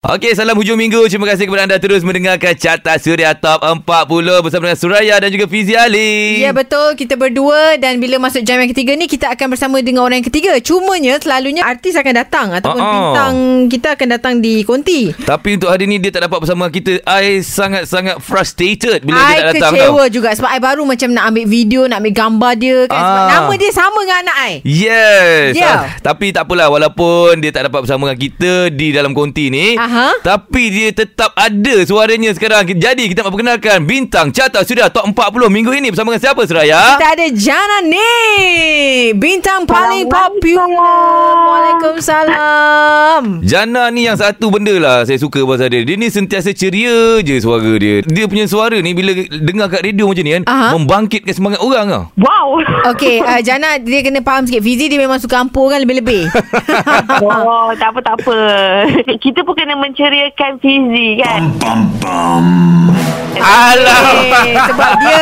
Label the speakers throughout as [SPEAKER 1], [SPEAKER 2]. [SPEAKER 1] Okey, salam hujung minggu. Terima kasih kepada anda terus mendengarkan Carta Suria Top 40 bersama dengan Suraya dan juga Fizi Ali.
[SPEAKER 2] Ya betul kita berdua dan bila masuk jam yang ketiga ni kita akan bersama dengan orang yang ketiga. Cumanya selalunya artis akan datang
[SPEAKER 1] Ah,
[SPEAKER 2] ataupun
[SPEAKER 1] ah.
[SPEAKER 2] uh-uh. bintang kita akan datang di konti.
[SPEAKER 1] Tapi untuk hari ni dia tak dapat bersama kita. I sangat-sangat frustrated bila dia
[SPEAKER 2] I
[SPEAKER 1] tak datang
[SPEAKER 2] kecewa
[SPEAKER 1] tau.
[SPEAKER 2] juga sebab I baru macam nak ambil video, nak ambil gambar dia kan sebab
[SPEAKER 1] Ah.
[SPEAKER 2] nama dia sama dengan anak I.
[SPEAKER 1] Yes. Ah,
[SPEAKER 2] Ya.
[SPEAKER 1] tapi tak apalah walaupun dia tak dapat bersama dengan kita di dalam konti ni,
[SPEAKER 2] Aha.
[SPEAKER 1] tapi dia tetap ada suaranya sekarang. Jadi kita nak perkenalkan bintang Carta Suria Top 40 minggu ini bersama dengan siapa Suraya?
[SPEAKER 2] Kita ada Jana ni Bintang paling popular Waalaikumsalam
[SPEAKER 1] Jana ni yang satu benda lah saya suka pasal dia. Dia ni sentiasa ceria je suara dia. Dia punya suara ni bila dengar kat radio macam ni kan,
[SPEAKER 2] Aha.
[SPEAKER 1] membangkitkan semangat orang tau.
[SPEAKER 3] Wow.
[SPEAKER 2] Okay uh, Jana dia kena faham sikit Fizi dia memang suka ampur kan lebih-lebih
[SPEAKER 3] Wow, tak apa tak apa. Kita pun kena menceriakan Fizi kan.
[SPEAKER 1] Hmm. Alamak.
[SPEAKER 2] Eh, sebab dia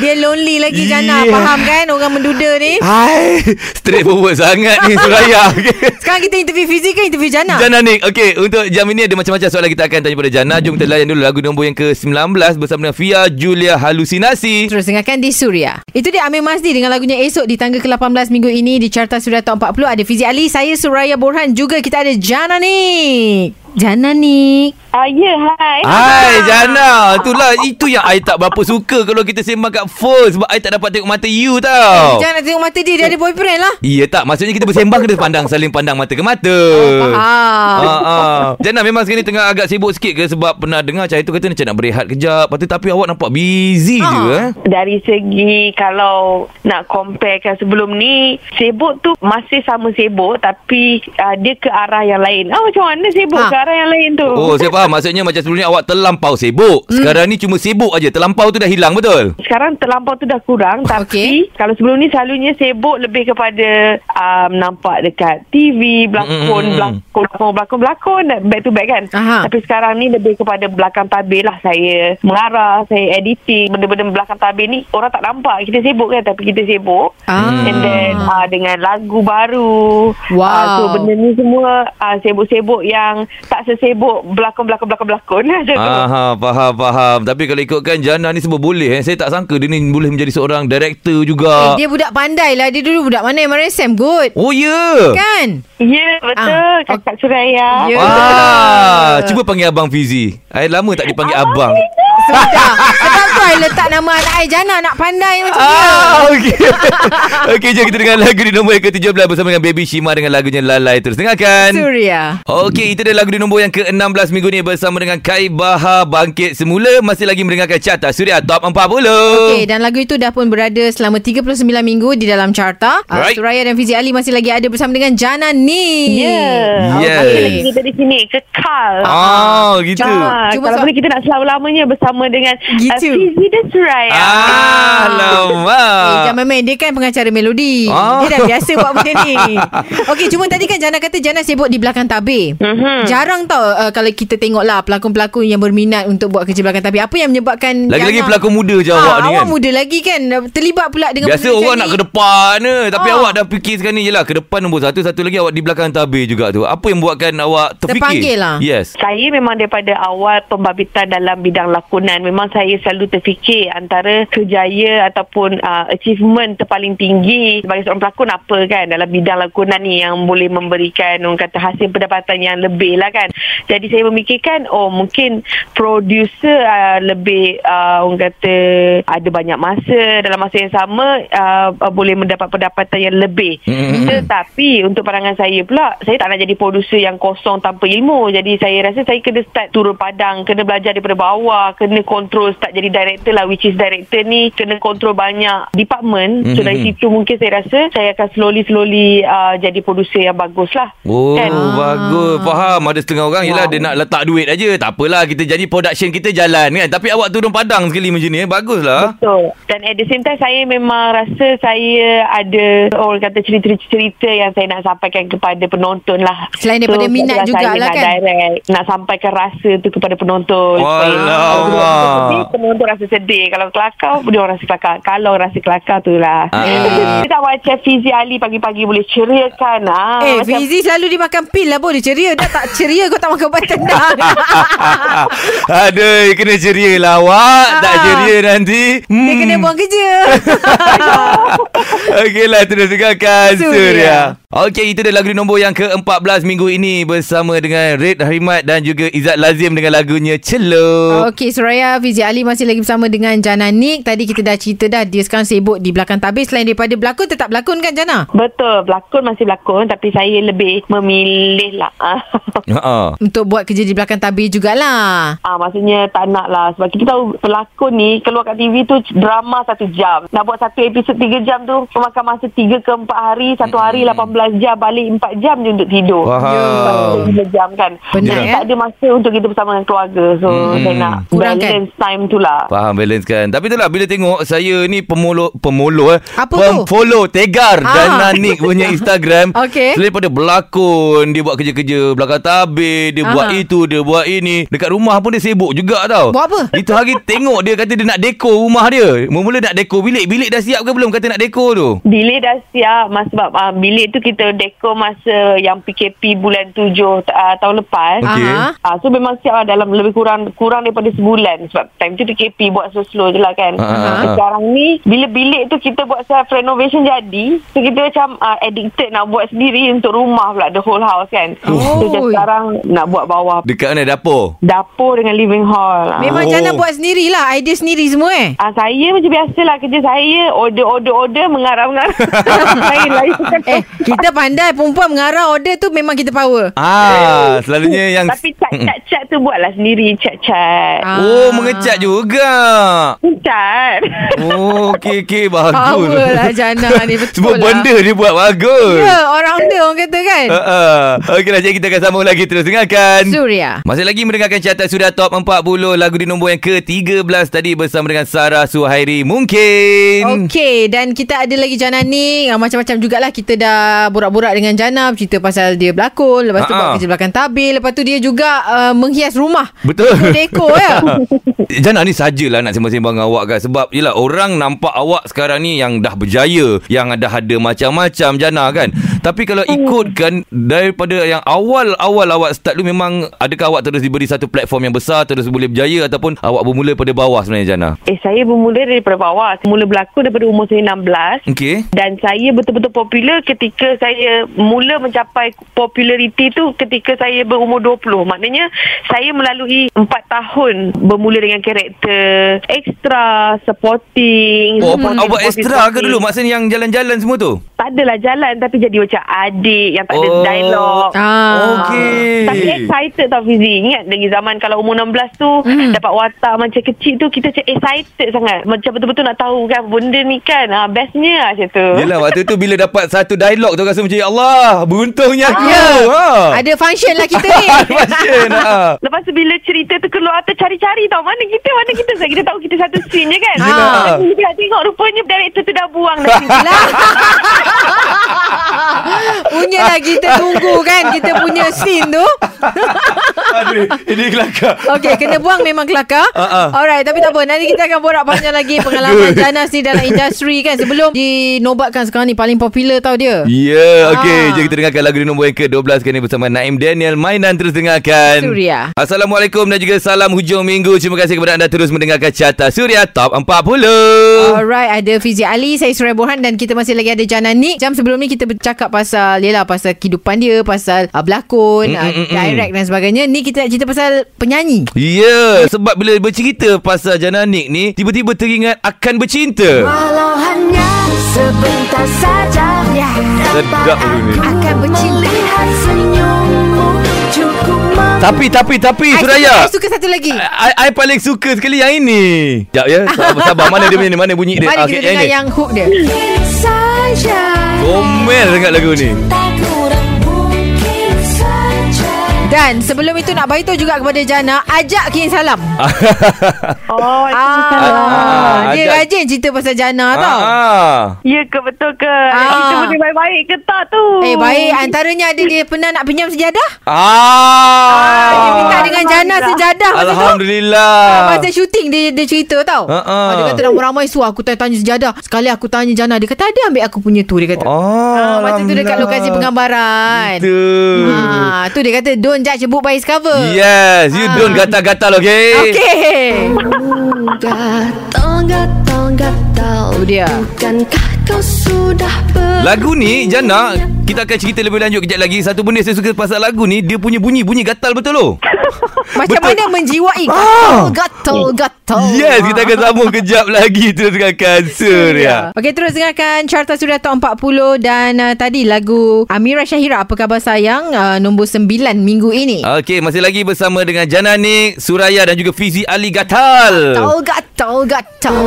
[SPEAKER 2] dia lonely lagi Jana
[SPEAKER 1] Yeah.
[SPEAKER 2] faham kan orang menduda ni
[SPEAKER 1] Hai, straight forward sangat ni Suraya. Okay.
[SPEAKER 2] sekarang kita interview Fizi ke interview Jana
[SPEAKER 1] Jana Nik Okay untuk jam ini Ada macam-macam soalan Kita akan tanya pada Jana Jom kita layan dulu Lagu nombor yang ke-19 Bersama dengan Fia Julia Halusinasi
[SPEAKER 2] Terus dengarkan di Suria Itu dia Amir Masdi Dengan lagunya Esok Di tangga ke-18 minggu ini Di Carta Suria Top 40 Ada Fizi Ali Saya Suraya Borhan Juga kita ada Jana Nik Jana Nik
[SPEAKER 3] Ah uh, ya, yeah, hai. Ah.
[SPEAKER 1] Hai Jana Itulah Itu yang I tak berapa suka Kalau kita sembang kat phone Sebab I tak dapat tengok mata you tau
[SPEAKER 2] Jangan nak tengok mata dia Dia ada boyfriend lah
[SPEAKER 1] Ya tak Maksudnya kita bersembang Kena pandang Saling pandang mata ke mata
[SPEAKER 2] Oh, Faham
[SPEAKER 1] Eh. Ah, ah. Jana memang sekarang ni tengah agak sibuk sikit ke Sebab pernah dengar Cahaya tu kata macam nak berehat kejap Lepas tu tapi awak nampak busy
[SPEAKER 2] Ah.
[SPEAKER 1] je eh?
[SPEAKER 3] Dari segi kalau nak comparekan sebelum ni, sibuk tu masih sama sibuk tapi uh, dia ke arah yang lain. Ah macam mana sibuk
[SPEAKER 2] Ha.
[SPEAKER 3] ha. ke arah yang lain tu?
[SPEAKER 1] Oh saya faham Maksudnya macam sebelum ni awak terlampau sibuk
[SPEAKER 2] Hmm.
[SPEAKER 1] Sekarang ni cuma sibuk aja Terlampau tu dah hilang betul?
[SPEAKER 3] Sekarang terlampau tu dah kurang
[SPEAKER 2] Oh,
[SPEAKER 3] tapi okay. kalau sebelum ni selalunya sibuk lebih kepada um, nampak dekat TV
[SPEAKER 1] Mm, mm,
[SPEAKER 3] belakon
[SPEAKER 1] mm.
[SPEAKER 3] belakon belakon belakon belakon back to back kan
[SPEAKER 2] Aha.
[SPEAKER 3] tapi sekarang ni lebih kepada belakang tabir lah saya mengarah saya editing benda-benda belakang tabir ni orang tak nampak kita sibuk kan tapi kita sibuk
[SPEAKER 2] Ah.
[SPEAKER 3] and then uh, dengan lagu baru
[SPEAKER 2] Wow.
[SPEAKER 3] uh, so benda ni semua uh, sibuk-sibuk yang tak sesibuk belakon belakon belakon belakon macam tu
[SPEAKER 2] Ah.
[SPEAKER 1] Aha, faham, faham. Tapi kalau ikutkan Jana ni sebab boleh eh. Saya tak sangka dia ni boleh menjadi seorang director
[SPEAKER 2] eh,
[SPEAKER 1] juga.
[SPEAKER 2] Dia budak pandai lah Dia dulu budak mana MRSM good
[SPEAKER 1] Oh ya. Yeah.
[SPEAKER 2] Kan
[SPEAKER 3] Ya, yeah, betul.
[SPEAKER 2] Ah.
[SPEAKER 3] Kakak Suraya.
[SPEAKER 2] Ya.
[SPEAKER 1] Ah, cuba panggil abang Fizi. Saya lama tak dipanggil
[SPEAKER 2] Ah.
[SPEAKER 1] abang.
[SPEAKER 2] Ya. Sudah Sebab tu I letak nama anak I Jana nak pandai macam dia
[SPEAKER 1] Ah, okey. okey, jom kita dengar lagu di nombor yang ke-17 bersama dengan Baby Shima dengan lagunya Lalai terus dengarkan.
[SPEAKER 2] Suria
[SPEAKER 1] Okey, itu dia lagu di nombor yang ke-16 minggu ni bersama dengan Kai Baha Bangkit Semula. Masih lagi mendengarkan Carta Suria Top 40.
[SPEAKER 2] Okey, dan lagu itu dah pun berada selama 39 minggu di dalam carta. Ah,
[SPEAKER 1] Alright.
[SPEAKER 2] Suraya dan Fizi Ali masih lagi ada bersama dengan Jana ni.
[SPEAKER 3] Yeah.
[SPEAKER 1] Yes.
[SPEAKER 3] Apa Ya. lagi kita di sini kekal.
[SPEAKER 1] Ah, gitu.
[SPEAKER 3] Ah,
[SPEAKER 2] Cuma
[SPEAKER 3] kalau
[SPEAKER 2] so-
[SPEAKER 3] boleh kita nak selama-lamanya bersama dengan
[SPEAKER 2] Gitu.
[SPEAKER 3] uh, Fizi dan Suraya.
[SPEAKER 1] Ah,
[SPEAKER 2] Eh,
[SPEAKER 1] lama.
[SPEAKER 2] jangan main. Dia kan pengacara melodi.
[SPEAKER 1] Ah.
[SPEAKER 2] Dia dah biasa buat benda ni. Okey, cuma tadi kan Jana kata Jana sibuk di belakang tabir.
[SPEAKER 3] Mhm.
[SPEAKER 2] Jarang tau uh, kalau kita tengok lah pelakon-pelakon yang berminat untuk buat kerja belakang tabir. Apa yang menyebabkan
[SPEAKER 1] Lagi-lagi
[SPEAKER 2] Jana-
[SPEAKER 1] pelakon muda je awak
[SPEAKER 2] Ah,
[SPEAKER 1] ni
[SPEAKER 2] awak
[SPEAKER 1] kan.
[SPEAKER 2] muda lagi kan. Terlibat pula dengan
[SPEAKER 1] Biasa
[SPEAKER 2] benda macam
[SPEAKER 1] orang
[SPEAKER 2] ni. Eh,
[SPEAKER 1] nak ke depan je Tapi
[SPEAKER 2] Ah.
[SPEAKER 1] awak dah fikir sekarang ni je lah Ke depan nombor satu Satu lagi awak di belakang tabir juga tu Apa yang buatkan awak terfikir
[SPEAKER 2] Terpanggil lah.
[SPEAKER 1] Yes
[SPEAKER 3] Saya memang daripada awal pembabitan dalam bidang lakonan memang saya selalu terfikir antara kerjaya ataupun uh, achievement terpaling tinggi sebagai seorang pelakon apa kan dalam bidang lakonan ni yang boleh memberikan orang kata hasil pendapatan yang lebih lah kan. Jadi saya memikirkan oh mungkin producer uh, lebih uh, orang kata ada banyak masa dalam masa yang sama uh, uh, boleh mendapat pendapatan yang lebih.
[SPEAKER 1] Mm-mm.
[SPEAKER 3] Tetapi tapi untuk pandangan saya pula, saya tak nak jadi producer yang kosong tanpa ilmu. Jadi saya rasa saya kena start turun padang, kena belajar daripada bawah, kena kontrol start jadi director lah which is director ni kena kontrol banyak department. So
[SPEAKER 1] Mhm.
[SPEAKER 3] dari situ mungkin saya rasa saya akan slowly-slowly uh, jadi producer yang bagus lah.
[SPEAKER 1] Oh
[SPEAKER 3] Kan?
[SPEAKER 1] bagus Faham ada setengah orang Yelah
[SPEAKER 3] Wow.
[SPEAKER 1] dia nak letak duit aja Tak apalah kita jadi production kita jalan kan Tapi awak turun padang sekali macam ni eh. Bagus lah
[SPEAKER 3] Betul. Dan at the same time saya memang rasa saya ada orang kata cerita-cerita yang saya nak sampaikan kepada penonton lah.
[SPEAKER 2] Selain daripada minat
[SPEAKER 3] itulah saya
[SPEAKER 2] jugalah
[SPEAKER 3] nak
[SPEAKER 2] kan?
[SPEAKER 3] Direct, nak sampaikan rasa tu kepada penonton.
[SPEAKER 1] Alamak.
[SPEAKER 3] Supaya orang
[SPEAKER 1] Ah.
[SPEAKER 3] Kalau kita sedih, penonton rasa sedih. Kalau kelakar, dia orang rasa kelakar. Kalau rasa kelakar tu lah.
[SPEAKER 1] Ah.
[SPEAKER 3] Kita tak macam Fizi Ali pagi-pagi boleh ceriakan. Ah,
[SPEAKER 2] Eh,
[SPEAKER 3] macam-
[SPEAKER 2] Fizi selalu dia makan pil lah pun. Dia ceria. Dah tak ceria kau tak makan ubat tendang.
[SPEAKER 1] Aduh, kena ceria lah awak. Tak
[SPEAKER 2] Ah.
[SPEAKER 1] ceria nanti. Hmm.
[SPEAKER 2] dia kena buang kerja.
[SPEAKER 1] Okeylah, lah, terus dengarkan
[SPEAKER 2] Suria.
[SPEAKER 1] Suria. Okey, itu dia lagu di nombor yang ke-14 minggu ini bersama dengan Red Harimat dan juga Izzat Lazim dengan lagunya Celup.
[SPEAKER 2] Okey, Suraya Fizi Ali masih lagi bersama dengan Jana Nik. Tadi kita dah cerita dah dia sekarang sibuk di belakang tabir selain daripada berlakon tetap berlakon kan Jana?
[SPEAKER 3] Betul, berlakon masih berlakon tapi saya lebih memilih lah.
[SPEAKER 1] Ha. Uh-uh.
[SPEAKER 2] Untuk buat kerja di belakang tabir jugalah.
[SPEAKER 3] Ah, maksudnya tak nak lah sebab kita tahu pelakon ni keluar kat TV tu drama satu jam. Nak buat satu episod tiga jam tu memakan masa tiga ke empat hari, satu
[SPEAKER 1] Hmm.
[SPEAKER 3] hari 18 jam, balik empat jam je untuk tidur.
[SPEAKER 1] Faham.
[SPEAKER 3] Sebab kita Tiga jam kan.
[SPEAKER 2] Penat,
[SPEAKER 3] Jadi
[SPEAKER 2] eh?
[SPEAKER 3] Tak ada masa untuk kita bersama dengan keluarga. So
[SPEAKER 1] Hmm.
[SPEAKER 3] saya nak
[SPEAKER 2] Kurangkan.
[SPEAKER 3] balance time tu lah.
[SPEAKER 1] Faham balance kan Tapi itulah bila tengok Saya ni pemolo Pemolo eh
[SPEAKER 2] Apa tu?
[SPEAKER 1] Pemfollow Tegar
[SPEAKER 2] Ah.
[SPEAKER 1] ah. Dan Nanik punya Instagram
[SPEAKER 2] Okey.
[SPEAKER 1] Selain daripada berlakon Dia buat kerja-kerja Belakang tabir Dia
[SPEAKER 2] Aha.
[SPEAKER 1] buat itu Dia buat ini Dekat rumah pun dia sibuk juga tau
[SPEAKER 2] Ah. Buat apa?
[SPEAKER 1] Itu hari tengok Dia kata dia nak dekor rumah dia Mula-mula nak dekor bilik Bilik dah siap ke belum Kata nak dekor tu
[SPEAKER 3] Bilik dah siap mas, sebab uh, bilik tu kita dekor masa yang PKP bulan 7 uh, tahun lepas.
[SPEAKER 1] Okey.
[SPEAKER 2] Aha.
[SPEAKER 3] Ah, so memang siap lah dalam lebih kurang kurang daripada sebulan sebab time tu PKP buat slow-slow je lah kan.
[SPEAKER 1] Ah, ah, ah.
[SPEAKER 3] Sekarang ni bila bilik tu kita buat self renovation jadi so kita macam ah, addicted nak buat sendiri untuk rumah pula the whole house kan.
[SPEAKER 2] Oh.
[SPEAKER 3] So macam sekarang nak buat bawah
[SPEAKER 1] Dekat mana dapur
[SPEAKER 3] dapur dengan living hall. Ah.
[SPEAKER 2] Memang
[SPEAKER 1] Oh.
[SPEAKER 2] Jana buat sendirilah. Idea sendiri semua eh.
[SPEAKER 3] Ah, saya macam biasalah kerja saya order order order mengarah-mengarah. lain lain bukan.
[SPEAKER 2] Eh, kita pandai perempuan mengarah order tu memang kita power.
[SPEAKER 1] Ah, selalunya yang
[SPEAKER 3] Eh. Tapi cat-cat tu buatlah sendiri cat-cat.
[SPEAKER 2] Ah.
[SPEAKER 1] Oh, mengecat juga.
[SPEAKER 3] Cat.
[SPEAKER 1] Oh, okey okey bagus.
[SPEAKER 2] Power lah Jana ni betul
[SPEAKER 1] Semua
[SPEAKER 2] lah.
[SPEAKER 1] benda dia buat bagus.
[SPEAKER 2] Ya, orang dia orang kata kan.
[SPEAKER 1] Uh, uh. Okeylah, jadi kita akan sambung lagi terus dengarkan.
[SPEAKER 2] Suria.
[SPEAKER 1] Masih lagi mendengarkan carta sudah top 40 lagu di nombor yang ke-13 tadi bersama dengan Sarah Suhairi. Mungkin.
[SPEAKER 2] Okey dan kita ada lagi Jana ni ah, macam-macam jugalah kita dah borak-borak dengan Jana cerita pasal dia berlakon lepas tu
[SPEAKER 1] Ha-ha.
[SPEAKER 2] buat kerja belakang tabir lepas tu dia juga uh, menghias rumah
[SPEAKER 1] Betul.
[SPEAKER 2] Untuk dekor ya.
[SPEAKER 1] Jana ni sajalah nak sembang-sembang dengan awak kan sebab yelah orang nampak awak sekarang ni yang dah berjaya, yang dah ada macam-macam Jana kan. Tapi kalau
[SPEAKER 2] Hmm.
[SPEAKER 1] ikutkan daripada yang awal-awal awak start tu memang adakah awak terus diberi satu platform yang besar terus boleh berjaya ataupun awak bermula daripada bawah sebenarnya Jana?
[SPEAKER 3] Eh saya bermula daripada bawah. Saya mula berlakon daripada umur saya 16
[SPEAKER 1] Okey.
[SPEAKER 3] dan saya betul-betul popular ketika saya mula mencapai populariti tu ketika saya berumur 20. Maknanya saya melalui 4 tahun bermula dengan karakter extra,
[SPEAKER 2] Hmm.
[SPEAKER 3] supporting.
[SPEAKER 1] Oh,
[SPEAKER 3] supporting,
[SPEAKER 1] awak awak
[SPEAKER 3] supporting,
[SPEAKER 1] extra ke
[SPEAKER 3] supporting.
[SPEAKER 1] dulu? Maksudnya yang jalan-jalan semua tu?
[SPEAKER 3] Tak adalah jalan tapi jadi macam adik yang tak ada
[SPEAKER 1] Oh.
[SPEAKER 3] dialog.
[SPEAKER 2] Ah.
[SPEAKER 1] Okey.
[SPEAKER 3] Tapi excited tau Fizi Ingat lagi zaman Kalau umur 16 tu
[SPEAKER 2] Hmm.
[SPEAKER 3] hmm. Dapat watak macam kecil tu Kita macam excited sangat Macam betul-betul nak tahu kan Benda ni kan ah, Bestnya lah macam tu
[SPEAKER 1] Yelah waktu tu bila dapat satu dialog tu rasa macam Ya Allah beruntungnya aku
[SPEAKER 2] Ya.
[SPEAKER 1] ha.
[SPEAKER 2] Ada function lah kita ni.
[SPEAKER 1] Passion ha.
[SPEAKER 3] Lepas tu bila cerita tu keluar tu cari-cari tau Mana kita, mana kita Sebab kita tahu kita satu scene je kan
[SPEAKER 1] Yelah.
[SPEAKER 3] Ah, Kita nak tengok rupanya director tu dah buang dah scene tu.
[SPEAKER 2] lah. punya lah kita tunggu kan kita punya scene tu.
[SPEAKER 1] Aduh, ini kelakar
[SPEAKER 2] Okey, kena buang memang kelakar.
[SPEAKER 1] Ha-ha.
[SPEAKER 2] Alright, tapi tak apa. Nanti kita akan borak panjang lagi pengalaman Janas ni dalam industri kan sebelum dinobatkan sekarang ni paling popular tau dia.
[SPEAKER 1] Ya, yeah, okey.
[SPEAKER 2] Ah.
[SPEAKER 1] Jadi kita dengarkan lagu di nombor yang ke-12 kali ini bersama Naim Daniel Mainan terus dengarkan.
[SPEAKER 2] Suria.
[SPEAKER 1] Assalamualaikum dan juga salam hujung minggu. Terima kasih kepada anda terus mendengarkan Carta Suria Top 40.
[SPEAKER 2] Alright, ada Fizi Ali, saya Surai Borhan dan kita masih lagi ada Jana Nik. Jam sebelum ni kita bercakap pasal, yelah, pasal kehidupan dia, pasal uh,
[SPEAKER 1] Mm,
[SPEAKER 2] berlakon, uh, direct dan sebagainya. Ni kita nak cerita pasal penyanyi.
[SPEAKER 1] Ya, yeah, sebab bila bercerita pasal Jananik ni, tiba-tiba teringat akan bercinta.
[SPEAKER 4] Walau hanya sebentar saja ya.
[SPEAKER 1] Sedap dulu ni.
[SPEAKER 4] Akan bercinta Melihat senyummu Cukup mem-
[SPEAKER 1] Tapi, tapi, tapi,
[SPEAKER 2] I
[SPEAKER 1] Eh, Suraya.
[SPEAKER 2] Ah,
[SPEAKER 1] Ah,
[SPEAKER 2] suka, I suka satu lagi.
[SPEAKER 1] I, I paling suka sekali yang ini. Sekejap ya. Sabar, sabar. Mana dia punya ni? Mana bunyi dia? Ah,
[SPEAKER 2] Mari kita
[SPEAKER 1] Okey,
[SPEAKER 2] dengar
[SPEAKER 1] ni.
[SPEAKER 2] yang hook dia.
[SPEAKER 4] Saja
[SPEAKER 1] Gomel sangat lagu ni.
[SPEAKER 4] Tak kurang mungkin saja
[SPEAKER 2] Dan sebelum itu nak beritahu juga kepada Jana, ajak Kin Salam.
[SPEAKER 3] Oh
[SPEAKER 1] Ah,
[SPEAKER 2] Ah, dia
[SPEAKER 1] ajak.
[SPEAKER 2] rajin cerita pasal Jana tau.
[SPEAKER 1] Ah.
[SPEAKER 3] Ya ke betul ke
[SPEAKER 2] Ah.
[SPEAKER 3] Kita boleh baik-baik ke tak tu Oh.
[SPEAKER 2] Eh baik antaranya ada dia pernah nak pinjam sejadah.
[SPEAKER 1] Ah.
[SPEAKER 2] Ah, dia minta dengan
[SPEAKER 3] alamak.
[SPEAKER 2] Riana sejadah masa tu.
[SPEAKER 1] Alhamdulillah.
[SPEAKER 2] Ah, masa shooting dia dia cerita tau.
[SPEAKER 1] Ha, ha.
[SPEAKER 2] Ah, Dia kata ramai-ramai suruh aku tanya sejadah. Sekali aku tanya Jana dia kata ada ambil aku punya tu dia kata.
[SPEAKER 1] Oh,
[SPEAKER 2] Ah, masa tu
[SPEAKER 1] Alhamdulillah.
[SPEAKER 2] dekat lokasi penggambaran.
[SPEAKER 1] Itu.
[SPEAKER 2] Ha, tu dia kata don't judge a book by its cover.
[SPEAKER 1] Yes, you
[SPEAKER 2] Ah.
[SPEAKER 1] don't gatal-gatal, okay?
[SPEAKER 2] Okay.
[SPEAKER 4] Gatal-gatal
[SPEAKER 2] Tu dia.
[SPEAKER 4] Bukankah kau sudah ber...
[SPEAKER 1] Lagu ni, Jana, kita akan cerita lebih lanjut kejap lagi. Satu benda saya suka pasal lagu ni, dia punya bunyi, bunyi gatal betul loh.
[SPEAKER 2] Macam
[SPEAKER 1] Betul.
[SPEAKER 2] mana Oh. menjiwai
[SPEAKER 1] Ah.
[SPEAKER 2] gatal, gatal, gatal.
[SPEAKER 1] Yes, kita akan sambung kejap lagi terus dengan kanser ya.
[SPEAKER 2] Ah. Okey, terus dengarkan Carta Suria Top 40 dan uh, tadi lagu Amira Syahira, Apa Khabar Sayang, uh, nombor 9 minggu ini.
[SPEAKER 1] Okey, masih lagi bersama dengan Jana Nik, Suraya dan juga Fizi Ali Gatal.
[SPEAKER 2] Gatal, gatal, gatal.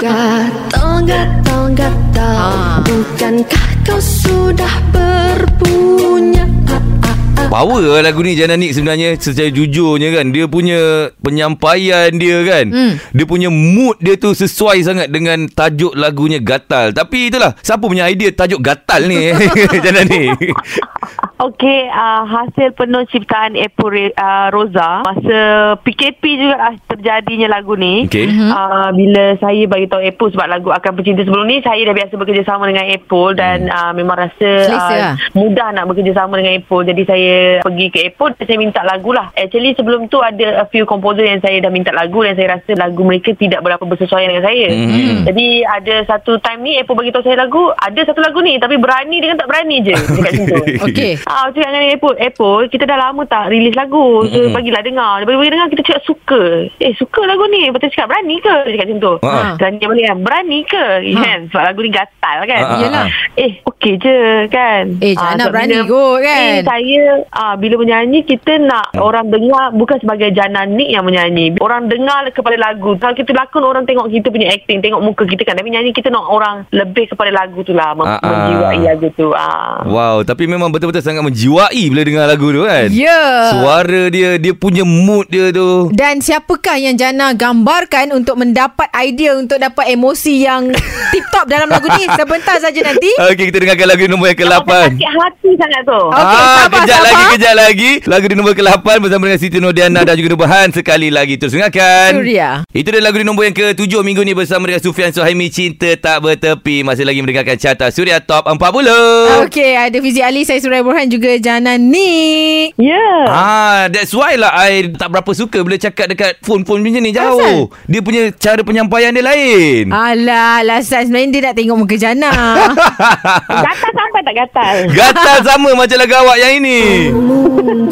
[SPEAKER 4] Gatal-gatal-gatal
[SPEAKER 2] Ah.
[SPEAKER 4] Bukankah kau sudah berpunya Ah, ah, ah.
[SPEAKER 1] Power lah lagu ni Jana Nik sebenarnya secara jujurnya kan dia punya penyampaian dia kan
[SPEAKER 2] Hmm.
[SPEAKER 1] dia punya mood dia tu sesuai sangat dengan tajuk lagunya Gatal tapi itulah siapa punya idea tajuk Gatal ni Jana Nik
[SPEAKER 3] Okey, uh, hasil penuh ciptaan Epo uh, Rosa masa PKP juga uh, terjadinya lagu ni.
[SPEAKER 1] Okey. Mhm.
[SPEAKER 3] Uh, bila saya bagi tahu Epo sebab lagu akan pencinta sebelum ni saya dah biasa bekerjasama dengan Epo dan hmm. uh, memang rasa
[SPEAKER 2] Selesa lah.
[SPEAKER 3] uh, mudah nak bekerjasama dengan Epo. Jadi saya pergi ke Epo dan saya minta lagu lah. Actually sebelum tu ada a few composer yang saya dah minta lagu dan saya rasa lagu mereka tidak berapa bersesuaian dengan saya.
[SPEAKER 1] Mhm.
[SPEAKER 3] Jadi ada satu time ni Epo bagi tahu saya lagu, ada satu lagu ni tapi berani dengan tak berani je dekat situ.
[SPEAKER 2] Okey.
[SPEAKER 3] Ah, cakap dengan Apple, Apple, kita dah lama tak rilis lagu. So, mm-hmm. bagilah dengar. Dia bagi dengar, kita cakap suka. Eh, suka lagu ni. Lepas tu cakap, berani ke? Dia cakap macam tu.
[SPEAKER 1] Ha.
[SPEAKER 3] Ha. Tanya balik kan, berani ke? Ha. Kan? Sebab lagu ni gatal kan?
[SPEAKER 1] Ha, ha, Yelah. ha.
[SPEAKER 3] Eh, okey je kan?
[SPEAKER 2] Eh,
[SPEAKER 3] Ah,
[SPEAKER 2] Jana
[SPEAKER 3] sebab
[SPEAKER 2] berani
[SPEAKER 3] bila-
[SPEAKER 2] kot, kan?
[SPEAKER 3] Eh, saya, ah, bila menyanyi, kita nak
[SPEAKER 1] Hmm.
[SPEAKER 3] orang dengar bukan sebagai Jana Nik yang menyanyi. Orang dengar kepada lagu. Kalau kita lakon, orang tengok kita punya acting, tengok muka kita kan. Tapi nyanyi, kita nak orang lebih kepada lagu tu lah.
[SPEAKER 1] Ha,
[SPEAKER 3] Mem-
[SPEAKER 1] ha.
[SPEAKER 3] Menjiwai lagu tu. Ah.
[SPEAKER 1] Wow, tapi memang betul-betul sangat menjiwai bila dengar lagu tu kan.
[SPEAKER 2] Ya.
[SPEAKER 1] Suara dia, dia punya mood dia tu.
[SPEAKER 2] Dan siapakah yang Jana gambarkan untuk mendapat idea untuk dapat emosi yang tip-top dalam lagu ni? Sebentar saja nanti.
[SPEAKER 1] Okey, kita dengarkan lagu nombor yang ke-8.
[SPEAKER 3] Sakit hati sangat tu.
[SPEAKER 2] Okey,
[SPEAKER 1] ah,
[SPEAKER 2] sabar,
[SPEAKER 1] kejap
[SPEAKER 2] sabar.
[SPEAKER 1] lagi, kejap lagi. Lagu di nombor ke-8 bersama dengan Siti Nodiana dan juga Nubahan. Sekali lagi terus dengarkan.
[SPEAKER 2] Suria.
[SPEAKER 1] Ah. Itu dia lagu di nombor yang ke-7 minggu ni bersama dengan Sufian Suhaimi. Cinta tak bertepi. Masih lagi mendengarkan carta Suria Top 40.
[SPEAKER 2] Okey, ada Fizi Ali, saya Surai Burhan juga Jana Nik.
[SPEAKER 3] Ya. Yeah.
[SPEAKER 1] Ah, that's why lah I tak berapa suka bila cakap dekat phone-phone macam ni jauh. Dia punya cara penyampaian dia lain.
[SPEAKER 2] Ah. Alah, alasan sebenarnya dia nak tengok muka Jana.
[SPEAKER 3] Gatal sampai tak gatal?
[SPEAKER 1] Gatal sama macam lagu awak yang ini.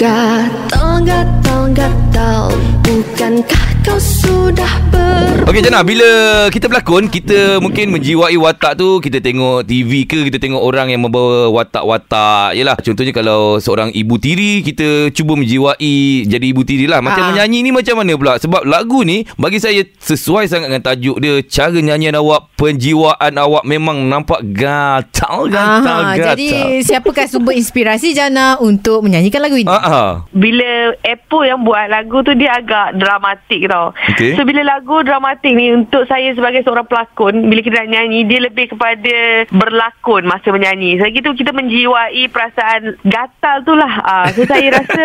[SPEAKER 4] Gatal-gatal-gatal Bukankah kau sudah ber...
[SPEAKER 1] Okey Jana, bila kita berlakon, kita mungkin menjiwai watak tu, kita tengok TV ke, kita tengok orang yang membawa watak-watak. Yelah, contohnya kalau seorang ibu tiri, kita cuba menjiwai jadi ibu tiri lah. Macam
[SPEAKER 2] Ah.
[SPEAKER 1] menyanyi ni macam mana pula? Sebab lagu ni, bagi saya sesuai sangat dengan tajuk dia. Cara nyanyian awak, penjiwaan awak memang nampak gatal, gatal,
[SPEAKER 2] Aha,
[SPEAKER 1] gatal.
[SPEAKER 2] Ah, jadi siapakah sumber inspirasi Jana untuk menyanyikan lagu ini?
[SPEAKER 1] Ah, ah.
[SPEAKER 3] Bila Apple yang buat lagu tu dia agak dramatik tau.
[SPEAKER 1] Okey.
[SPEAKER 3] So bila lagu dramatik ni untuk saya sebagai seorang pelakon, bila kita nak nyanyi dia lebih kepada berlakon masa menyanyi. So gitu kita menjiwai perasaan gatal tu lah. Ah, so saya rasa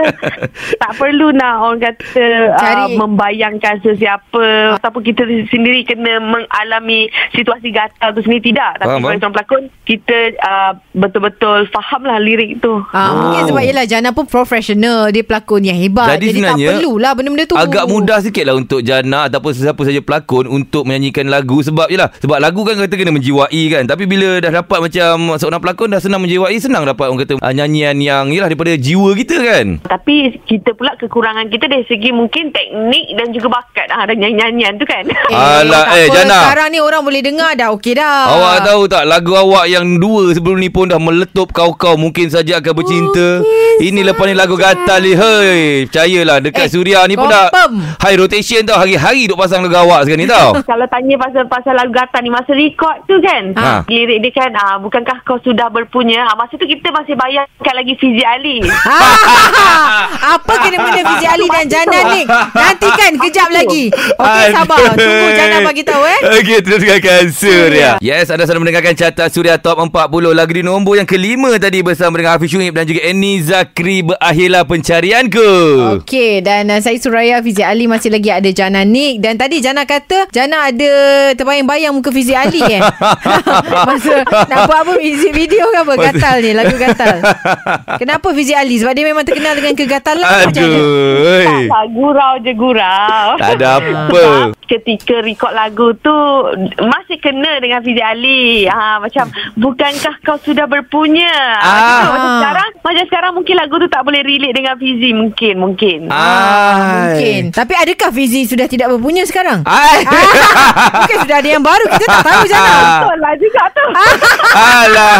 [SPEAKER 3] tak perlu nak orang kata ah,
[SPEAKER 2] Cari. Ah.
[SPEAKER 3] membayangkan sesiapa ataupun kita sendiri kena mengalami situasi gatal tu sendiri tidak. Tapi
[SPEAKER 1] Faham,
[SPEAKER 3] sebagai
[SPEAKER 1] faham.
[SPEAKER 3] seorang pelakon kita ah, betul-betul fahamlah lirik tu.
[SPEAKER 2] Ah,
[SPEAKER 1] Oh.
[SPEAKER 2] Mungkin sebab yelah Jana pun profesional Dia pelakon yang
[SPEAKER 1] Jadi
[SPEAKER 2] hebat Ah, Jadi, tak
[SPEAKER 1] sebenarnya,
[SPEAKER 2] perlulah benda-benda tu
[SPEAKER 1] Agak mudah sikit lah untuk Jana ataupun sesiapa saja pelakon untuk menyanyikan lagu sebab yelah sebab lagu kan kata kena menjiwai kan tapi bila dah dapat macam seorang pelakon dah senang menjiwai senang dapat orang kata uh, nyanyian yang yelah daripada jiwa kita kan
[SPEAKER 3] Tapi kita pula kekurangan kita dari segi mungkin teknik dan juga bakat ah dan nyanyian tu kan.
[SPEAKER 2] Eh,
[SPEAKER 1] Alah,
[SPEAKER 2] tak
[SPEAKER 1] eh,
[SPEAKER 2] apa,
[SPEAKER 1] Jana.
[SPEAKER 2] Sekarang ni orang boleh dengar dah Okey dah
[SPEAKER 1] Awak tahu tak lagu awak yang dua sebelum ni pun dah meletup kau-kau mungkin saja akan bercinta. Ini lepas ni lagu gatal ni. Hei, percayalah dekat
[SPEAKER 2] Eh,
[SPEAKER 1] Suria ni pun dah
[SPEAKER 2] confirm.
[SPEAKER 1] high rotation Malaysian tau hari-hari duk pasang lagu awak sekarang ni tau.
[SPEAKER 3] Kalau tanya pasal pasal lagu Gata ni masa record tu kan.
[SPEAKER 1] Ha.
[SPEAKER 3] Lirik dia kan ah, bukankah kau sudah berpunya? Ah, masa tu kita masih bayangkan lagi Fizi Ali.
[SPEAKER 1] Eh.
[SPEAKER 2] Ah, apa kena mengena Fizi Ali dan Jana ni? Nantikan kejap lagi. Okey, sabar. Tunggu Jana bagi tahu eh.
[SPEAKER 1] Okey, terus dengarkan Surya. Yes, anda sedang mendengarkan carta Surya Top 40 lagu di nombor yang kelima tadi bersama dengan Hafiz Shuib dan juga Annie Zakri berakhirlah pencarianku.
[SPEAKER 2] Okey dan uh, saya Suraya Fizi Ali masih lagi ada Jana Nick dan tadi Jana kata Jana ada terbayang-bayang muka Fizi Ali eh. Masa nak buat apa music video ke apa gatal ni lagu gatal. Kenapa Fizi Ali sebab dia memang terkenal dengan kegatalan ke macam mana?
[SPEAKER 1] Aduh.
[SPEAKER 3] Tak, Ah, gurau je gurau.
[SPEAKER 1] Tak ada apa.
[SPEAKER 3] Sebab Ketika record lagu tu masih kena dengan Fizi Ali. Ha, macam bukankah kau sudah berpunya?
[SPEAKER 1] Ah.
[SPEAKER 3] Ah. Macam sekarang macam sekarang mungkin lagu tu tak boleh relate dengan Fizi mungkin mungkin.
[SPEAKER 1] Ah,
[SPEAKER 2] Mungkin. Tapi adakah Fizi sudah tidak berpunya sekarang?
[SPEAKER 1] Ai.
[SPEAKER 2] Mungkin sudah ada yang baru kita tak tahu Jana.
[SPEAKER 3] Betul lah juga tu.
[SPEAKER 1] Alah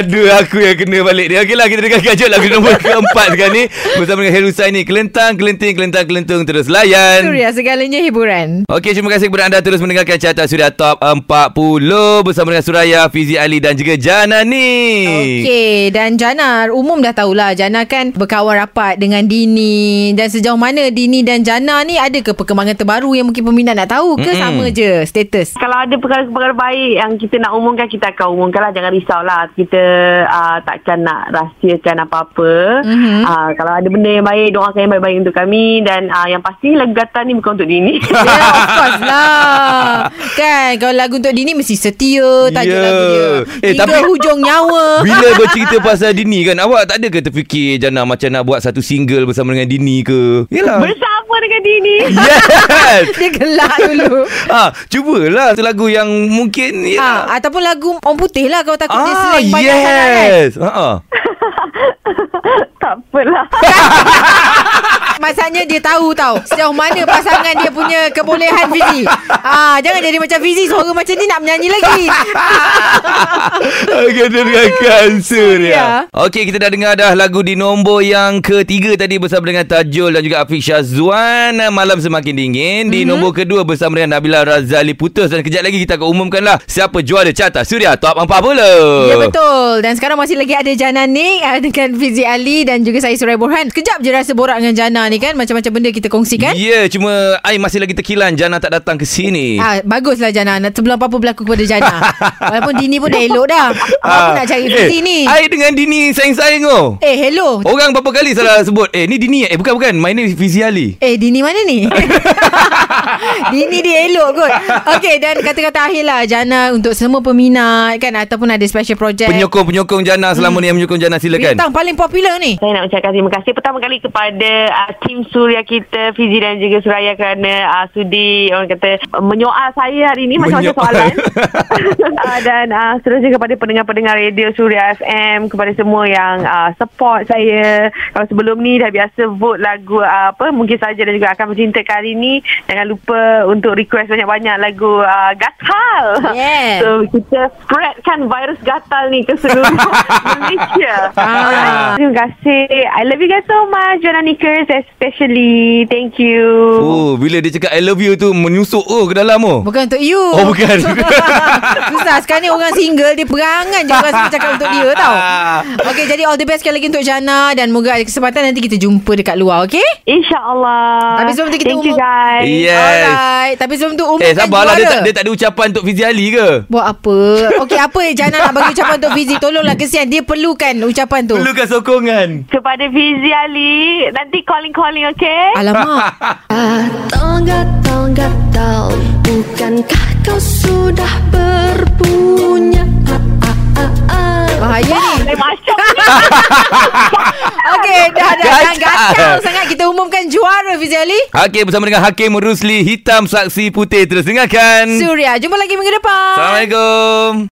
[SPEAKER 1] Aduh aku yang kena balik dia Okeylah kita dengar kajut lagu nombor keempat sekarang ni Bersama dengan Herusa ini Kelentang, kelenting, kelentang, kelentung Terus layan
[SPEAKER 2] Surya segalanya hiburan.
[SPEAKER 1] Okey terima kasih kepada anda terus mendengarkan carta Suria Top 40 Bersama dengan Suraya, Fizi Ali dan juga Janani
[SPEAKER 2] Okey dan Jana umum dah tahulah Jana kan berkawan rapat dengan Dini dan sejauh mana Dini dan Jana ni ada ke perkembangan terbaru yang mungkin peminat nak tahu ke
[SPEAKER 1] Mm-mm.
[SPEAKER 2] sama je status?
[SPEAKER 3] Kalau ada perkara-perkara baik yang kita nak umumkan, kita akan umumkan lah. Jangan risaulah. Kita uh, takkan nak rahsiakan apa-apa.
[SPEAKER 2] Mhm.
[SPEAKER 3] Mm-hmm. Uh, kalau ada benda yang baik, doakan yang baik-baik untuk kami. Dan uh, yang pasti lagu Gata ni bukan untuk dini.
[SPEAKER 2] Ya yeah, of course lah Kan Kalau lagu untuk Dini Mesti setia Tajuk
[SPEAKER 1] Ya.
[SPEAKER 2] yeah. lagu dia
[SPEAKER 1] Eh,
[SPEAKER 2] eh, Hingga
[SPEAKER 1] tapi-
[SPEAKER 2] hujung nyawa
[SPEAKER 1] Bila bercerita pasal Dini kan Awak tak ada ke terfikir Jana macam nak buat satu single Bersama dengan Dini ke Yelah
[SPEAKER 3] Bersama dengan dini.
[SPEAKER 1] Yes
[SPEAKER 2] Dia gelak dulu
[SPEAKER 1] ha, Cubalah satu lagu yang mungkin yelah.
[SPEAKER 2] ha, Ataupun lagu Orang putih lah Kalau takut dia
[SPEAKER 1] Ya. Ah,
[SPEAKER 2] slang banyak sangat kan
[SPEAKER 1] yes. Ha ah.
[SPEAKER 3] tak apalah.
[SPEAKER 2] Maksudnya dia tahu tau Sejauh mana pasangan dia punya Kebolehan Fizi ah, Jangan jadi macam Fizi Suara macam ni nak menyanyi lagi
[SPEAKER 1] Okey, dengarkan Surya.
[SPEAKER 2] Surya.
[SPEAKER 1] Okey, kita dah dengar dah lagu di nombor yang ketiga tadi bersama dengan Tajul dan juga Afiq Syazwan. Malam Semakin Dingin.
[SPEAKER 2] Mhm.
[SPEAKER 1] Di mm-hmm. nombor kedua bersama dengan Nabila Razali Putus. Dan kejap lagi kita akan umumkan lah siapa juara carta Surya Top 40.
[SPEAKER 2] Ya betul Dan sekarang masih lagi ada Jana ni ah, Dengan Fizi Ali Dan juga saya Surai Borhan Kejap je rasa borak dengan Jana ni kan Macam-macam benda kita kongsikan
[SPEAKER 1] Ya, yeah, cuma I masih lagi terkilan Jana tak datang ke sini.
[SPEAKER 2] Ah, baguslah Jana Nak- Sebelum apa-apa berlaku kepada Jana Walaupun Dini pun dah elok dah Apa nak cari Fizi
[SPEAKER 1] eh,
[SPEAKER 2] ni
[SPEAKER 1] I dengan Dini sayang-sayang oh.
[SPEAKER 2] Eh hello
[SPEAKER 1] Orang berapa kali salah sebut Eh ni Dini eh? Eh bukan bukan My name is Fizi Ali
[SPEAKER 2] Eh Dini mana ni? Dini dia elok kot Okay dan kata-kata akhir lah Jana untuk semua peminat kan Ataupun ada special project
[SPEAKER 1] Penyokong-penyokong Jana Selama ni yang menyokong Jana silakan
[SPEAKER 2] Bintang paling popular ni
[SPEAKER 3] Saya nak ucapkan terima kasih pertama kali kepada uh, tim Suria kita, Fizi dan juga Suraya kerana uh, sudi orang kata uh, menyoal saya hari ini macam-macam
[SPEAKER 1] Menyoal.
[SPEAKER 3] soalan. uh, dan uh, seterusnya kepada pendengar-pendengar radio Suria FM, kepada semua yang uh, support saya. Kalau sebelum ni dah biasa vote lagu uh, apa mungkin saja dan juga akan mencinta kali ini. Jangan lupa untuk request banyak-banyak lagu uh, gatal.
[SPEAKER 2] Yeah.
[SPEAKER 3] So kita spreadkan virus gatal ni ke seluruh Malaysia.
[SPEAKER 2] Ah.
[SPEAKER 3] Terima kasih. I love you guys so much. Joanna Nickers especially. Thank you.
[SPEAKER 1] Oh, bila dia cakap I love you tu menyusuk oh ke dalam oh.
[SPEAKER 2] Bukan untuk you
[SPEAKER 1] Oh, bukan.
[SPEAKER 2] Susah sekarang ni orang single Dia perangan je orang semua cakap untuk dia tau Okay jadi all the best sekali lagi untuk Jana Dan moga ada kesempatan nanti kita jumpa dekat luar okay
[SPEAKER 3] InsyaAllah.
[SPEAKER 2] Habis sebelum tu kita
[SPEAKER 3] Thank you
[SPEAKER 2] umum-
[SPEAKER 3] guys.
[SPEAKER 1] Yes.
[SPEAKER 2] Alright Tapi sebelum tu umumkan
[SPEAKER 1] Eh, sabarlah dia
[SPEAKER 2] juara.
[SPEAKER 1] tak dia tak ada ucapan untuk Fizi Ali ke?
[SPEAKER 2] Buat apa Okay apa Jana nak bagi ucapan untuk Fizi Tolonglah kesian Dia perlukan ucapan tu
[SPEAKER 1] Perlukan sokongan.
[SPEAKER 3] Kepada Fizi Ali. Nanti calling-calling okay?
[SPEAKER 2] Ah. Alamak
[SPEAKER 4] Gatal, gatal, gatal Bukankah kau sudah berpunya ah, ah, ah, ah.
[SPEAKER 2] Bahaya ni
[SPEAKER 3] Lain macam ni.
[SPEAKER 2] Okay dah dah Jangan
[SPEAKER 1] Gatal.
[SPEAKER 2] gatal sangat Kita umumkan juara Fizi Ali
[SPEAKER 1] Hakim bersama dengan Hakim Rusli Hitam Saksi Putih Terus dengarkan
[SPEAKER 2] Surya Jumpa lagi minggu depan
[SPEAKER 1] Assalamualaikum